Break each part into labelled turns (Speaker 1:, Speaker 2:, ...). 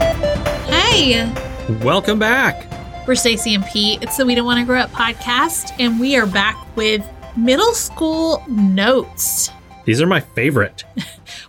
Speaker 1: Hey,
Speaker 2: Welcome back.
Speaker 1: we're Stacey and Pete. It's the We Don't Want to Grow Up podcast, and we are back with middle school notes.
Speaker 2: These are my favorite.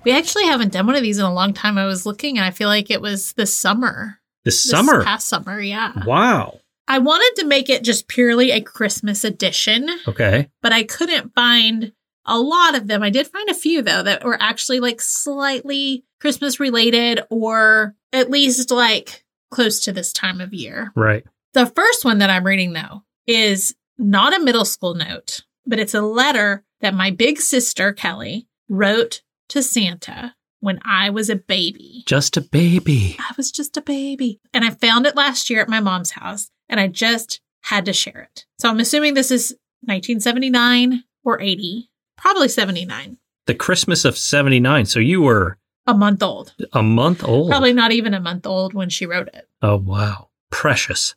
Speaker 1: We actually haven't done one of these in a long time. I was looking, and I feel like it was this summer.
Speaker 2: This,
Speaker 1: This
Speaker 2: summer.
Speaker 1: past summer, yeah.
Speaker 2: Wow.
Speaker 1: I wanted to make it just purely a Christmas edition,
Speaker 2: Okay.
Speaker 1: but I couldn't find a lot of them. I did find a few though that were actually like slightly Christmas related or at least like close to this time of year.
Speaker 2: Right.
Speaker 1: The first one that I'm reading though is not a middle school note, but it's a letter that my big sister Kelly wrote to Santa when I was a baby.
Speaker 2: Just a baby.
Speaker 1: I was just a baby. And I found it last year at my mom's house and I just had to share it. So I'm assuming this is 1979 or 80, probably 79,
Speaker 2: The Christmas of 79. So you were
Speaker 1: a month old.
Speaker 2: a month old.
Speaker 1: Probably not even a month old when she wrote it.
Speaker 2: Oh, wow. Precious.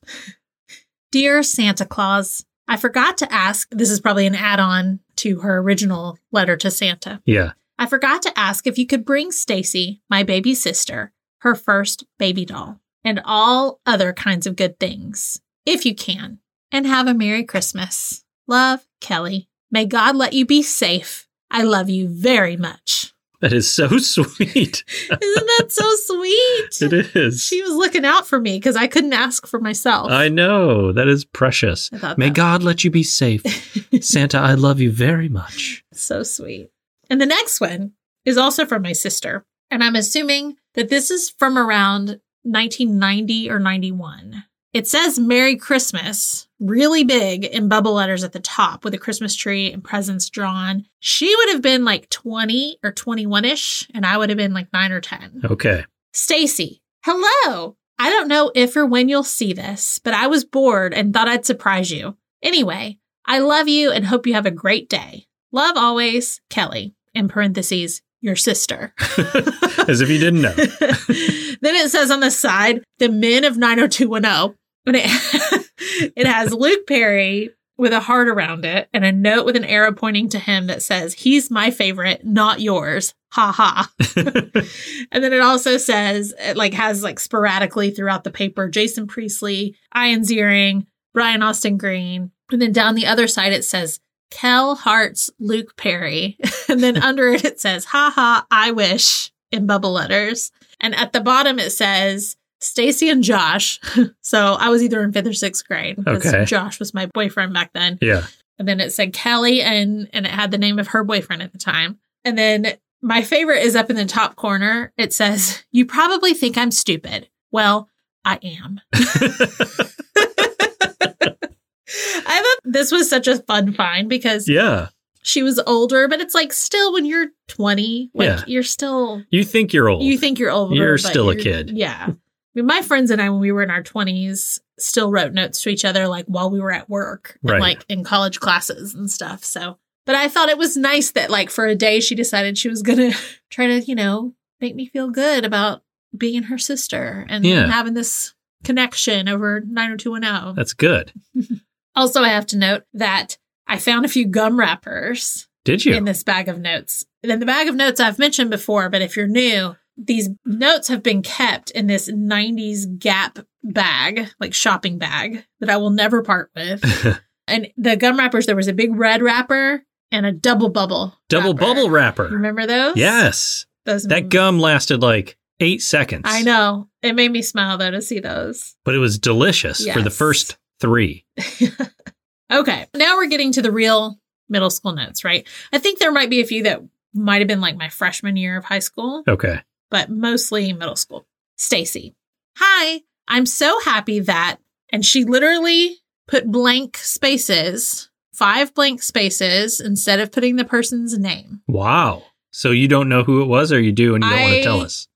Speaker 1: Dear Santa Claus, I forgot to ask. This is probably an add on to her original letter to Santa.
Speaker 2: Yeah.
Speaker 1: I forgot to ask if you could bring Stacy, my baby sister, her first baby doll, and all other kinds of good things, if you can. And have a Merry Christmas. Love, Kelly. May God let you be safe. I love you very much.
Speaker 2: That is so sweet.
Speaker 1: Isn't that so sweet?
Speaker 2: it is.
Speaker 1: She was looking out for me because I couldn't ask for myself.
Speaker 2: I know. That is precious.
Speaker 1: I thought
Speaker 2: May
Speaker 1: that
Speaker 2: God let you be safe. Santa, I love you very much.
Speaker 1: So sweet. And the next one is also from my sister. And I'm assuming that this is from around 1990 or 91. It says Merry Christmas really big in bubble letters at the top with a Christmas tree and presents drawn. She would have been like 20 or 21 ish, and I would have been like nine or 10.
Speaker 2: Okay.
Speaker 1: Stacy, hello. I don't know if or when you'll see this, but I was bored and thought I'd surprise you. Anyway, I love you and hope you have a great day. Love always, Kelly. In parentheses, your sister.
Speaker 2: As if you didn't know.
Speaker 1: then it says on the side, the men of 90210. And it, it has Luke Perry with a heart around it and a note with an arrow pointing to him that says, He's my favorite, not yours. Ha ha. and then it also says, it like has like sporadically throughout the paper Jason Priestley, Ian Ziering, Brian Austin Green. And then down the other side, it says, Kel Hart's Luke Perry. and then under it, it says, Ha ha, I wish in bubble letters. And at the bottom, it says, Stacy and Josh. so I was either in fifth or sixth grade because
Speaker 2: Okay.
Speaker 1: Josh was my boyfriend back then.
Speaker 2: yeah.
Speaker 1: And then it said Kelly and and it had the name of her boyfriend at the time. And then my favorite is up in the top corner. It says, "You probably think I'm stupid." Well, I am. I thought this was such a fun find because
Speaker 2: yeah.
Speaker 1: she was older, but it's like still when you're 20, like
Speaker 2: Yeah.
Speaker 1: you're still
Speaker 2: You think you're old.
Speaker 1: you think you're older.
Speaker 2: You're
Speaker 1: but
Speaker 2: still a kid.
Speaker 1: Yeah. I mean, my friends and I, when we were in our 20s, still wrote notes to each other, like while we were at work, and,
Speaker 2: Right.
Speaker 1: like in college classes and stuff. So, but I thought it was nice that, like, for a day, she decided she was going to try to, you know, make me feel good about being her sister and
Speaker 2: Yeah.
Speaker 1: having this connection over 90210.
Speaker 2: That's good.
Speaker 1: also, I have to note that I found a few gum wrappers
Speaker 2: Did you?
Speaker 1: in this bag of notes. And then the bag of notes I've mentioned before, but if you're new, these notes have been kept in this 90s Gap bag, like shopping bag that I will never part with. and the gum wrappers, there was a big red wrapper and a double bubble.
Speaker 2: Double
Speaker 1: wrapper.
Speaker 2: bubble wrapper.
Speaker 1: Remember those?
Speaker 2: Yes.
Speaker 1: Those
Speaker 2: That gum lasted like eight seconds.
Speaker 1: Mm. I know. It made me smile though to see those.
Speaker 2: But it was delicious for the
Speaker 1: Yes.
Speaker 2: first three.
Speaker 1: Okay. Now we're getting to the real middle school notes, right? I think there might be a few that might have been like my freshman year of high school.
Speaker 2: Okay.
Speaker 1: but mostly middle school. Stacy. Hi, I'm so happy that and she literally put blank spaces, five blank spaces instead of putting the person's name.
Speaker 2: Wow. So you don't know who it was or you do and you don't want
Speaker 1: I-
Speaker 2: to tell us.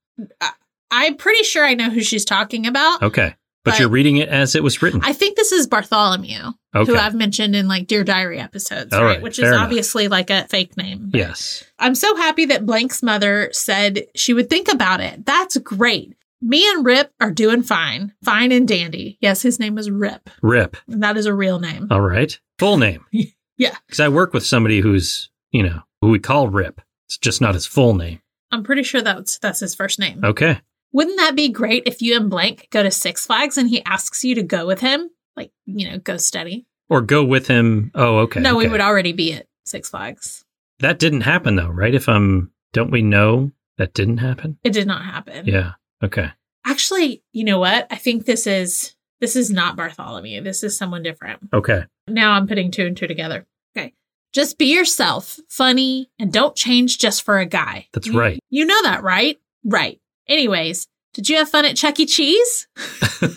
Speaker 1: I'm pretty sure I know who she's talking about.
Speaker 2: Okay. But,
Speaker 1: But-
Speaker 2: you're reading it as it was written.
Speaker 1: I think this is Bartholomew,
Speaker 2: okay.
Speaker 1: who I've mentioned in like Dear Diary episodes,
Speaker 2: All
Speaker 1: right?
Speaker 2: right,
Speaker 1: Which
Speaker 2: fair
Speaker 1: is
Speaker 2: enough.
Speaker 1: obviously like a fake name.
Speaker 2: yes.
Speaker 1: I'm so happy that Blank's mother said she would think about it. That's great. Me and Rip are doing fine, fine and dandy. Yes, his name is Rip,
Speaker 2: Rip.
Speaker 1: and that is a real name.
Speaker 2: All right. Full name.
Speaker 1: Yeah.
Speaker 2: Because I work with somebody who's, you know, who we call Rip. It's just not his full name.
Speaker 1: I'm pretty sure that's that's his first name.
Speaker 2: Okay.
Speaker 1: Wouldn't that be great if you and Blank go to Six Flags and he asks you to go with him? Like, you know, go study.
Speaker 2: Or go with him. Oh, okay.
Speaker 1: no, we
Speaker 2: okay.
Speaker 1: would already be at Six Flags.
Speaker 2: That didn't happen though, right? If I'm, don't we know that didn't happen?
Speaker 1: It did not happen.
Speaker 2: Yeah. Okay.
Speaker 1: Actually, you know what? I think this is this is not Bartholomew. This is someone different.
Speaker 2: Okay.
Speaker 1: Now I'm putting two and two together. Okay. Just be yourself, funny, and don't change just for a guy.
Speaker 2: That's
Speaker 1: You-
Speaker 2: right.
Speaker 1: You know that, right? Right. Anyways, did you have fun at Chuck E. Cheese?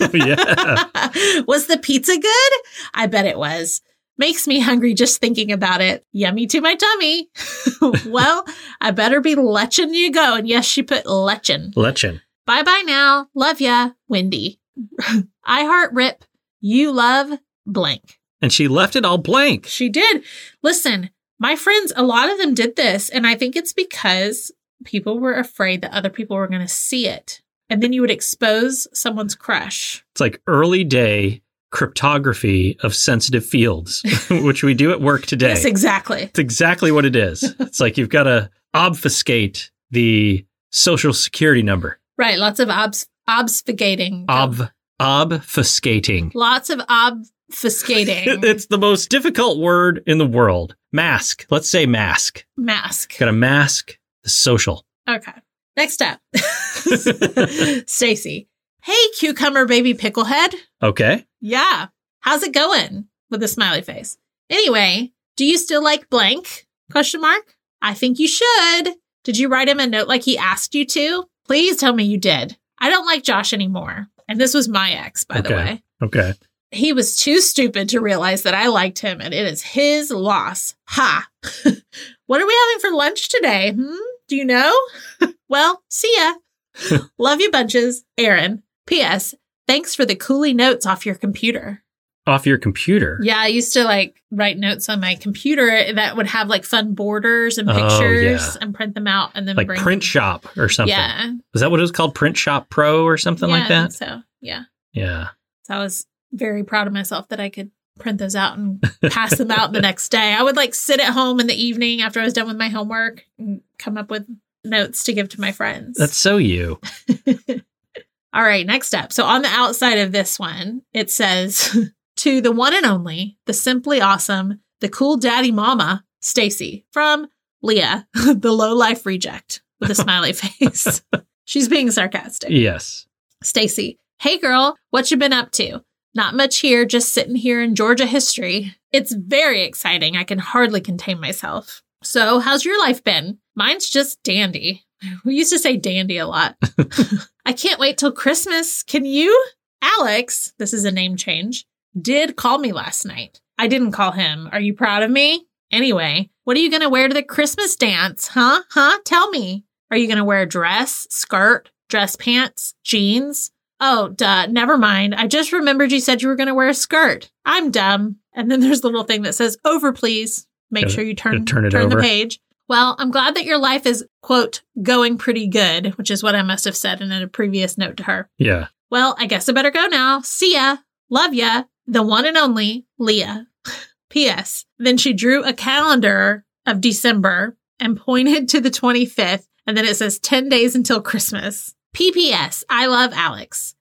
Speaker 2: yeah.
Speaker 1: was the pizza good? I bet it was. Makes me hungry just thinking about it. Yummy to my tummy. well, I better be letching you go. And yes, she put letching.
Speaker 2: Lechen.
Speaker 1: Bye bye now. Love ya, Wendy. I heart rip. You love blank.
Speaker 2: And she left it all blank.
Speaker 1: She did. Listen, my friends, a lot of them did this, and I think it's because people were afraid that other people were going to see it. And then you would expose someone's crush.
Speaker 2: It's like early day cryptography of sensitive fields, which we do at work today.
Speaker 1: Yes, exactly.
Speaker 2: It's exactly what it is. It's like you've got to obfuscate the social security number.
Speaker 1: Right. Lots of obs- obfuscating.
Speaker 2: Ob obfuscating.
Speaker 1: Lots of obfuscating.
Speaker 2: It's the most difficult word in the world. Mask. Let's say mask.
Speaker 1: Mask.
Speaker 2: Got to mask the social.
Speaker 1: Okay. Next up, Stacy. Hey, cucumber baby picklehead.
Speaker 2: Okay.
Speaker 1: Yeah. How's it going? With a smiley face. Anyway, do you still like blank? Question mark. I think you should. Did you write him a note like he asked you to? Please tell me you did. I don't like Josh anymore. And this was my ex, by the
Speaker 2: Okay.
Speaker 1: way.
Speaker 2: Okay.
Speaker 1: He was too stupid to realize that I liked him and it is his loss. Ha. what are we having for lunch today? Hmm? Do you know? well, see ya. Love you bunches. Aaron. P.S. Thanks for the coolie notes off your computer.
Speaker 2: Off your computer.
Speaker 1: Yeah, I used to like write notes on my computer that would have like fun borders and
Speaker 2: Oh, yeah.
Speaker 1: pictures and print them out and then
Speaker 2: Like
Speaker 1: bring
Speaker 2: print shop or something.
Speaker 1: Yeah,
Speaker 2: Was that what it was called? Print shop pro or something
Speaker 1: Yeah,
Speaker 2: like
Speaker 1: I think
Speaker 2: that?
Speaker 1: So yeah,
Speaker 2: Yeah.
Speaker 1: so I was very proud of myself that I could print those out and pass them out the next day. I would like sit at home in the evening after I was done with my homework and come up with notes to give to my friends.
Speaker 2: That's so you.
Speaker 1: All right, next up. So on the outside of this one, it says to the one and only, the simply awesome, the cool daddy mama, Stacy from Leah, the low life reject with a smiley face. She's being sarcastic.
Speaker 2: Yes.
Speaker 1: Stacy, hey girl, what you been up to? Not much here, just sitting here in Georgia history. It's very exciting. I can hardly contain myself. So, how's your life been? Mine's just dandy. We used to say dandy a lot. I can't wait till Christmas. Can you? Alex, this is a name change, did call me last night. I didn't call him. Are you proud of me? Anyway, what are you going to wear to the Christmas dance? Huh? Huh? Tell me. Are you going to wear a dress, skirt, dress pants, jeans? Oh, duh. Never mind. I just remembered you said you were going to wear a skirt. I'm dumb. And then there's the little thing that says over, please. Make
Speaker 2: Gotta-
Speaker 1: sure you turn,
Speaker 2: gotta turn it
Speaker 1: the
Speaker 2: over.
Speaker 1: page. Well, I'm glad that your life is, quote, going pretty good, which is what I must have said in a previous note to her.
Speaker 2: Yeah.
Speaker 1: Well, I guess I better go now. See ya. Love ya. The one and only Leah. P.S. Then she drew a calendar of December and pointed to the 25th. And then it says 10 days until Christmas. P.P.S. I love Alex.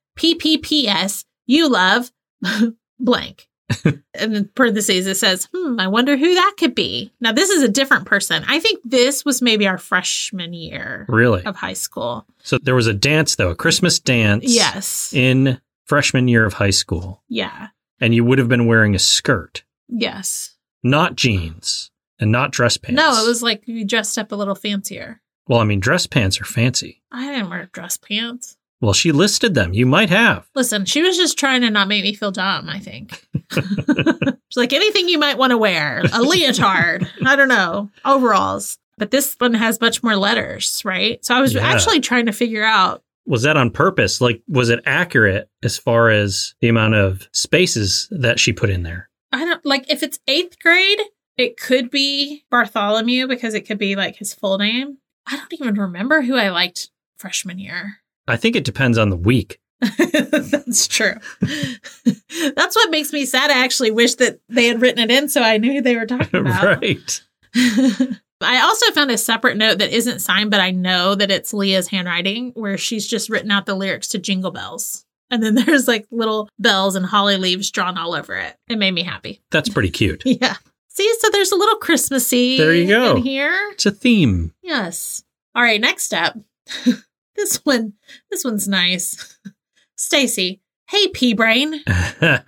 Speaker 1: P.P.P.S. You love blank. and in parentheses, it says, hmm, I wonder who that could be. Now, this is a different person. I think this was maybe our freshman year
Speaker 2: Really.
Speaker 1: of high school.
Speaker 2: So there was a dance though, a Christmas dance.
Speaker 1: Yes.
Speaker 2: In freshman year of high school,
Speaker 1: Yeah.
Speaker 2: and you would have been wearing a skirt,
Speaker 1: Yes.
Speaker 2: not jeans, and not dress pants.
Speaker 1: No, it was like you dressed up a little fancier.
Speaker 2: Well, I mean, dress pants are fancy.
Speaker 1: I didn't wear dress pants.
Speaker 2: Well, she listed them. You might have.
Speaker 1: Listen, she was just trying to not make me feel dumb, I think. She's like, anything you might want to wear, a leotard, I don't know, overalls. But this one has much more letters, right? So I was
Speaker 2: Yeah.
Speaker 1: actually trying to figure out.
Speaker 2: Was that on purpose? Like, was it accurate as far as the amount of spaces that she put in there?
Speaker 1: I don't like if it's eighth grade, it could be Bartholomew because it could be like his full name. I don't even remember who I liked freshman year.
Speaker 2: I think it depends on the week.
Speaker 1: That's true. That's what makes me sad. I actually wish that they had written it in so I knew who they were talking about.
Speaker 2: right.
Speaker 1: I also found a separate note that isn't signed, but I know that it's Leah's handwriting where she's just written out the lyrics to Jingle Bells. And then there's like little bells and holly leaves drawn all over it. It made me happy.
Speaker 2: That's pretty cute.
Speaker 1: Yeah. See, so there's a little Christmassy
Speaker 2: There you go.
Speaker 1: in here.
Speaker 2: It's a theme.
Speaker 1: Yes. All right, next up. this one this one's nice. Stacy, hey P brain.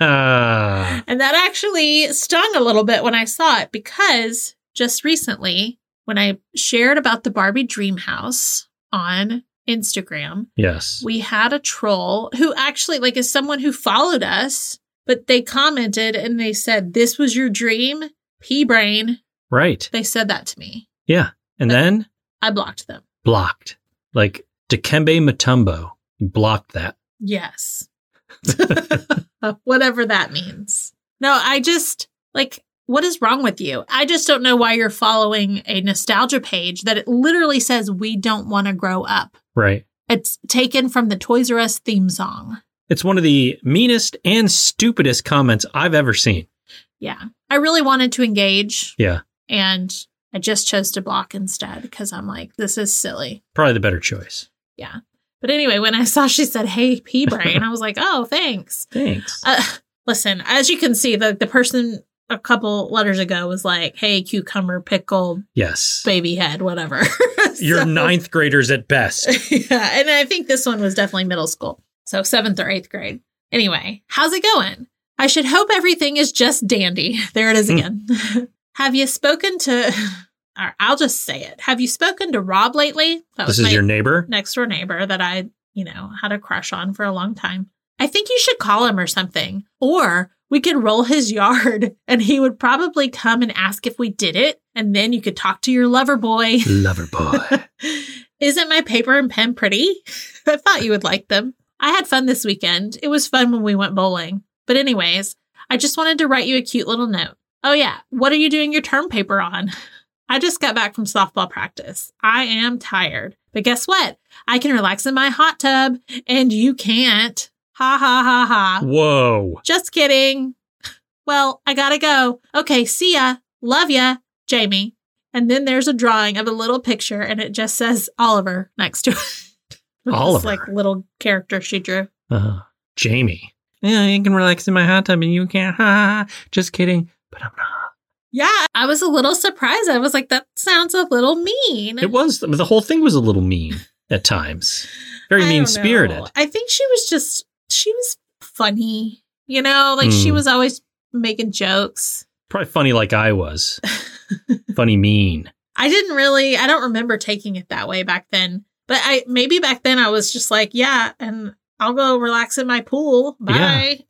Speaker 2: oh,
Speaker 1: And that actually stung a little bit when I saw it because just recently, when I shared about the Barbie dream house on Instagram,
Speaker 2: yes.
Speaker 1: we had a troll who actually, like, is someone who followed us, but they commented and they said, This was your dream, P brain.
Speaker 2: Right.
Speaker 1: They said that to me.
Speaker 2: Yeah. And then
Speaker 1: I blocked them.
Speaker 2: blocked. Like Dikembe Mutombo blocked that.
Speaker 1: Yes. Whatever that means. No, I just like what is wrong with you? I just don't know why you're following a nostalgia page that it literally says we don't want to grow up.
Speaker 2: Right.
Speaker 1: It's taken from the Toys R Us theme song.
Speaker 2: It's one of the meanest and stupidest comments I've ever seen.
Speaker 1: Yeah. I really wanted to engage.
Speaker 2: Yeah.
Speaker 1: And I just chose to block instead because I'm like, this is silly.
Speaker 2: Probably the better choice.
Speaker 1: But anyway, when I saw she said, hey, P Brain, I was like, oh, thanks.
Speaker 2: Thanks.
Speaker 1: Uh, listen, as you can see, the, the person a couple letters ago was like, hey, cucumber, pickle,
Speaker 2: yes.
Speaker 1: baby head, whatever.
Speaker 2: You're
Speaker 1: So-
Speaker 2: ninth graders at best.
Speaker 1: yeah. And I think this one was definitely middle school. So seventh or eighth grade. Anyway, how's it going? I should hope everything is just dandy. There it is
Speaker 2: Hmm.
Speaker 1: again. Have you spoken to, or I'll just say it. Have you spoken to Rob lately? That
Speaker 2: This is your neighbor?
Speaker 1: next door neighbor that I, you know, had a crush on for a long time. I think you should call him or something. Or we could roll his yard and he would probably come and ask if we did it. And then you could talk to your lover boy.
Speaker 2: Lover boy.
Speaker 1: Isn't my paper and pen pretty? I thought you would like them. I had fun this weekend. It was fun when we went bowling. But, anyways, I just wanted to write you a cute little note. Oh, yeah. What are you doing your term paper on? I just got back from softball practice. I am tired. But guess what? I can relax in my hot tub and you can't. Ha ha ha ha.
Speaker 2: Whoa.
Speaker 1: Just kidding. Well, I gotta go. Okay, see ya. Love ya, Jamie. And then there's a drawing of a little picture, and it just says Oliver next to it. With this,
Speaker 2: Oliver.
Speaker 1: like little character she drew.
Speaker 2: Uh, Jamie. Yeah, you can relax in my hot tub and you can't. Ha, ha, ha. Just kidding. But I'm not.
Speaker 1: Yeah, I was a little surprised. I was like, that sounds a little mean.
Speaker 2: It was. The whole thing was a little mean at times. Very
Speaker 1: I don't
Speaker 2: mean spirited.
Speaker 1: know. I think she was just she was funny. You know, like she
Speaker 2: Hmm.
Speaker 1: was always making jokes.
Speaker 2: Probably funny like I was. funny mean.
Speaker 1: I didn't really I don't remember taking it that way back then. But I maybe back then I was just like, yeah, and I'll go relax in my pool. Bye.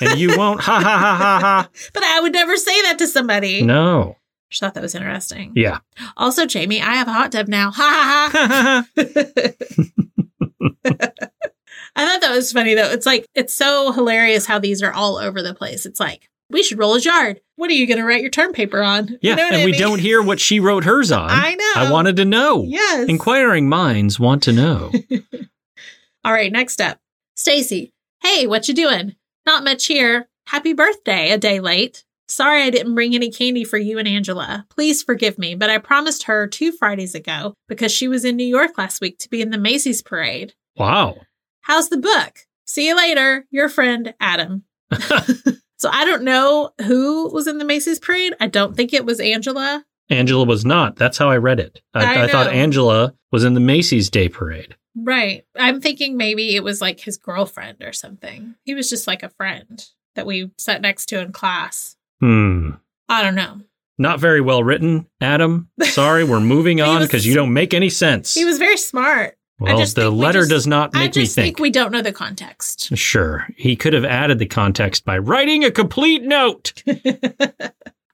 Speaker 2: And you won't. Ha ha ha ha ha.
Speaker 1: but I would never say that to somebody.
Speaker 2: No.
Speaker 1: She thought that was interesting.
Speaker 2: Yeah.
Speaker 1: Also, Jamie, I have a hot tub now. Ha ha ha. I thought that was funny though. It's like it's so hilarious how these are all over the place. It's like we should roll his yard. What are you going to write your term paper on? You
Speaker 2: yeah.
Speaker 1: know what
Speaker 2: and
Speaker 1: I
Speaker 2: we
Speaker 1: mean?
Speaker 2: don't hear what she wrote hers on.
Speaker 1: I know.
Speaker 2: I wanted to know.
Speaker 1: Yes.
Speaker 2: Inquiring minds want to know.
Speaker 1: all right. Next up, Stacy. Hey, what you doing? Not much here. Happy birthday. A day late. Sorry I didn't bring any candy for you and Angela. Please forgive me, but I promised her two Fridays ago because she was in New York last week to be in the Macy's parade.
Speaker 2: wow.
Speaker 1: How's the book? See you later. Your friend, Adam. so I don't know who was in the Macy's parade. I don't think it was Angela.
Speaker 2: Angela was not. That's how I read it. I,
Speaker 1: I
Speaker 2: I, thought
Speaker 1: know.
Speaker 2: Angela was in the Macy's Day Parade.
Speaker 1: Right. I'm thinking maybe it was like his girlfriend or something. He was just like a friend that we sat next to in class.
Speaker 2: Hmm.
Speaker 1: I don't know.
Speaker 2: Not very well written, Adam. Sorry, we're moving
Speaker 1: He
Speaker 2: on
Speaker 1: was-
Speaker 2: because you don't make any sense.
Speaker 1: He was very smart. I
Speaker 2: well,
Speaker 1: just
Speaker 2: the
Speaker 1: think we
Speaker 2: letter
Speaker 1: just-
Speaker 2: does not
Speaker 1: I
Speaker 2: make me
Speaker 1: just think.
Speaker 2: think.
Speaker 1: we don't know the context.
Speaker 2: sure, he could have added the context by writing a complete note.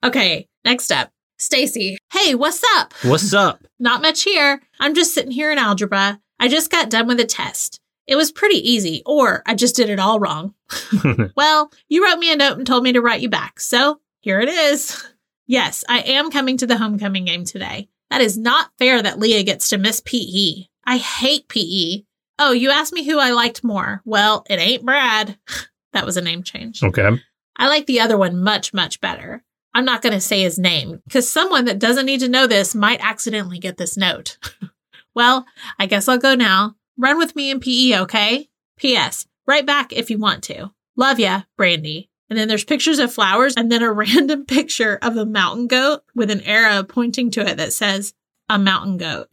Speaker 1: okay. Next up, Stacy. Hey, what's up?
Speaker 2: What's up?
Speaker 1: Not much here. I'm just sitting here in algebra. I just got done with a test. It was pretty easy, or I just did it all wrong. well, you wrote me a note and told me to write you back. So here it is. Yes, I am coming to the homecoming game today. That is not fair that Leah gets to miss PE. I E. hate PE. Oh, you asked me who I liked more. Well, it ain't Brad. that was a name change.
Speaker 2: Okay.
Speaker 1: I like the other one much, much better. I'm not going to say his name because someone that doesn't need to know this might accidentally get this note. well, I guess I'll go now. Run with me in PE, okay? P.S. Right back if you want to. Love ya, Brandy. And then there's pictures of flowers and then a random picture of a mountain goat with an arrow pointing to it that says, a mountain goat.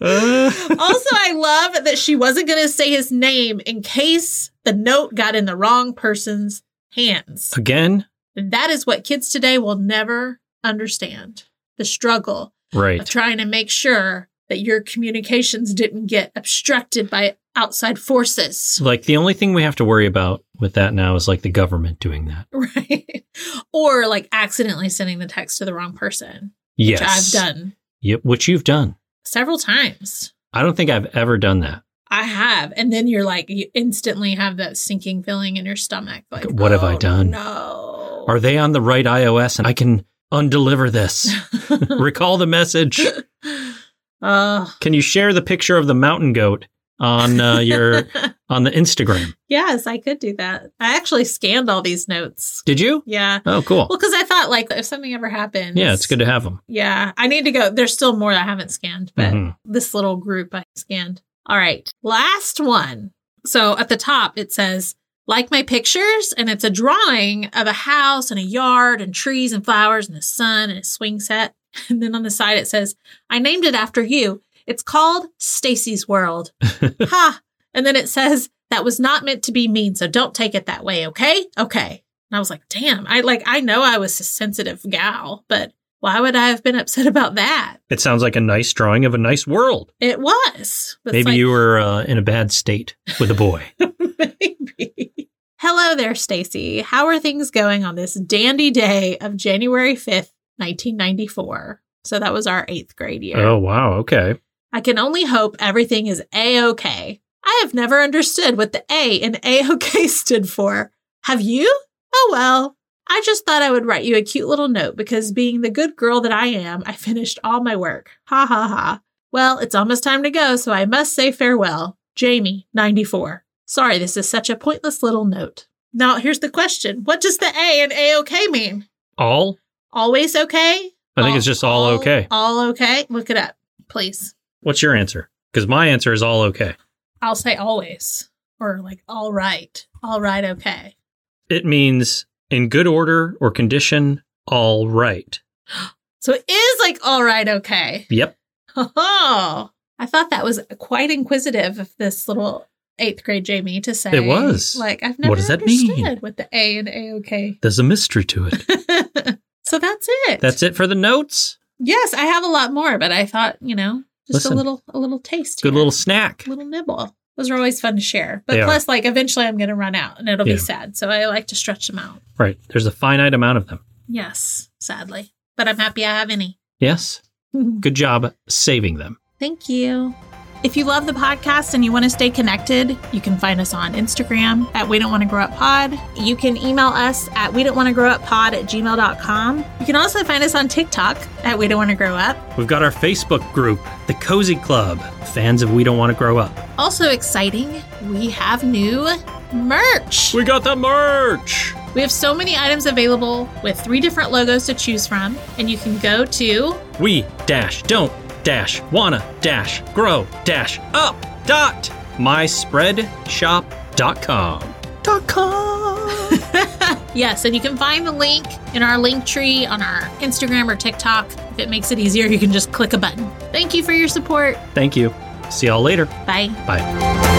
Speaker 2: Uh,
Speaker 1: also, I love that she wasn't going to say his name in case the note got in the wrong person's hands.
Speaker 2: again,
Speaker 1: And that is what kids today will never understand the struggle of
Speaker 2: right.
Speaker 1: trying to make sure that your communications didn't get obstructed by outside forces.
Speaker 2: Like the only thing we have to worry about with that now is like the government doing that.
Speaker 1: Right. or like accidentally sending the text to the wrong person,
Speaker 2: Yes.
Speaker 1: which I've done
Speaker 2: Yep, which you've done.
Speaker 1: several times.
Speaker 2: I don't think I've ever done that.
Speaker 1: I have. And then you're like, you instantly have that sinking feeling in your stomach. Like,
Speaker 2: What have I
Speaker 1: oh,
Speaker 2: done?
Speaker 1: No.
Speaker 2: Are they on the right iOS and I can undeliver this? Recall the message.
Speaker 1: Oh.
Speaker 2: Can you share the picture of the mountain goat on uh, your on the Instagram?
Speaker 1: yes, I could do that. I actually scanned all these notes.
Speaker 2: Did you?
Speaker 1: Yeah.
Speaker 2: Oh, cool.
Speaker 1: Well, because I thought, like, if something ever happens.
Speaker 2: Yeah, it's good to have them.
Speaker 1: Yeah. I need to go. There's still more I haven't scanned, but
Speaker 2: Mhm.
Speaker 1: this little group I scanned. All right. Last one. So at the top, it says, like my pictures, and it's a drawing of a house and a yard and trees and flowers and the sun and a swing set. And then on the side, it says, I named it after you. It's called Stacy's World. ha. And then it says, that was not meant to be mean. So don't take it that way. Okay. Okay. And I was like, damn, I like, I know I was a sensitive gal, but why would I have been upset about that?
Speaker 2: It sounds like a nice drawing of a nice world.
Speaker 1: It was. But it's
Speaker 2: Maybe you were uh, in a bad state with a boy.
Speaker 1: like, maybe. Hello there, Stacy. How are things going on this dandy day of January 5th, 1994? So that was our eighth grade year.
Speaker 2: oh, wow. Okay.
Speaker 1: I can only hope everything is A OK. I have never understood what the A in A OK stood for. Have you? Oh well. I just thought I would write you a cute little note because being the good girl that I am, I finished all my work. Ha ha ha. Well, it's almost time to go, so I must say farewell. Jamie, 94. Sorry, this is such a pointless little note. Now, here's the question What does the A in A OK mean?
Speaker 2: All?
Speaker 1: Always okay?
Speaker 2: I think it's just all okay.
Speaker 1: All okay? Look it up, please.
Speaker 2: What's your answer? Because my answer is all okay.
Speaker 1: I'll say always or like all right, all right, okay.
Speaker 2: It means in good order or condition, all right.
Speaker 1: So it is like all right, okay.
Speaker 2: Yep.
Speaker 1: Oh, I thought that was quite inquisitive of this little eighth grade Jamie to say
Speaker 2: It was.
Speaker 1: like I've never
Speaker 2: What does that
Speaker 1: understood
Speaker 2: mean?
Speaker 1: with the A and A okay.
Speaker 2: There's a mystery to it.
Speaker 1: so that's it.
Speaker 2: That's it for the notes.
Speaker 1: yes. I have a lot more, but I thought you know just a
Speaker 2: Listen.
Speaker 1: little a little taste,
Speaker 2: Good
Speaker 1: here.
Speaker 2: little snack.
Speaker 1: little nibble. Those are always fun to share, but
Speaker 2: They are.
Speaker 1: plus, like eventually, I'm going to run out and it'll
Speaker 2: Yeah.
Speaker 1: be sad. So I like to stretch them out.
Speaker 2: Right. There's a finite amount of them.
Speaker 1: Yes, sadly. But I'm happy I have any.
Speaker 2: Yes. Good job saving them.
Speaker 1: Thank you. If you love the podcast and you want to stay connected, you can find us on Instagram at We Don't Want to Grow Up Pod. You can email us at We Don't Want to Grow Up Pod at gmail.com. You can also find us on TikTok at We Don't Want to Grow Up.
Speaker 2: We've got our Facebook group, The Cozy Club, fans of We Don't Want to Grow Up.
Speaker 1: Also exciting, we have new merch.
Speaker 2: We got the merch.
Speaker 1: We have so many items available with three different logos to choose from, and you can go to
Speaker 2: We dash don't dash wanna dash grow dash up dot myspreadshop.com. Dot com.
Speaker 1: yes, and you can find the link in our link tree on our Instagram or TikTok. If it makes it easier, you can just click a button. Thank you for your support.
Speaker 2: Thank you. See y'all later.
Speaker 1: Bye.
Speaker 2: Bye.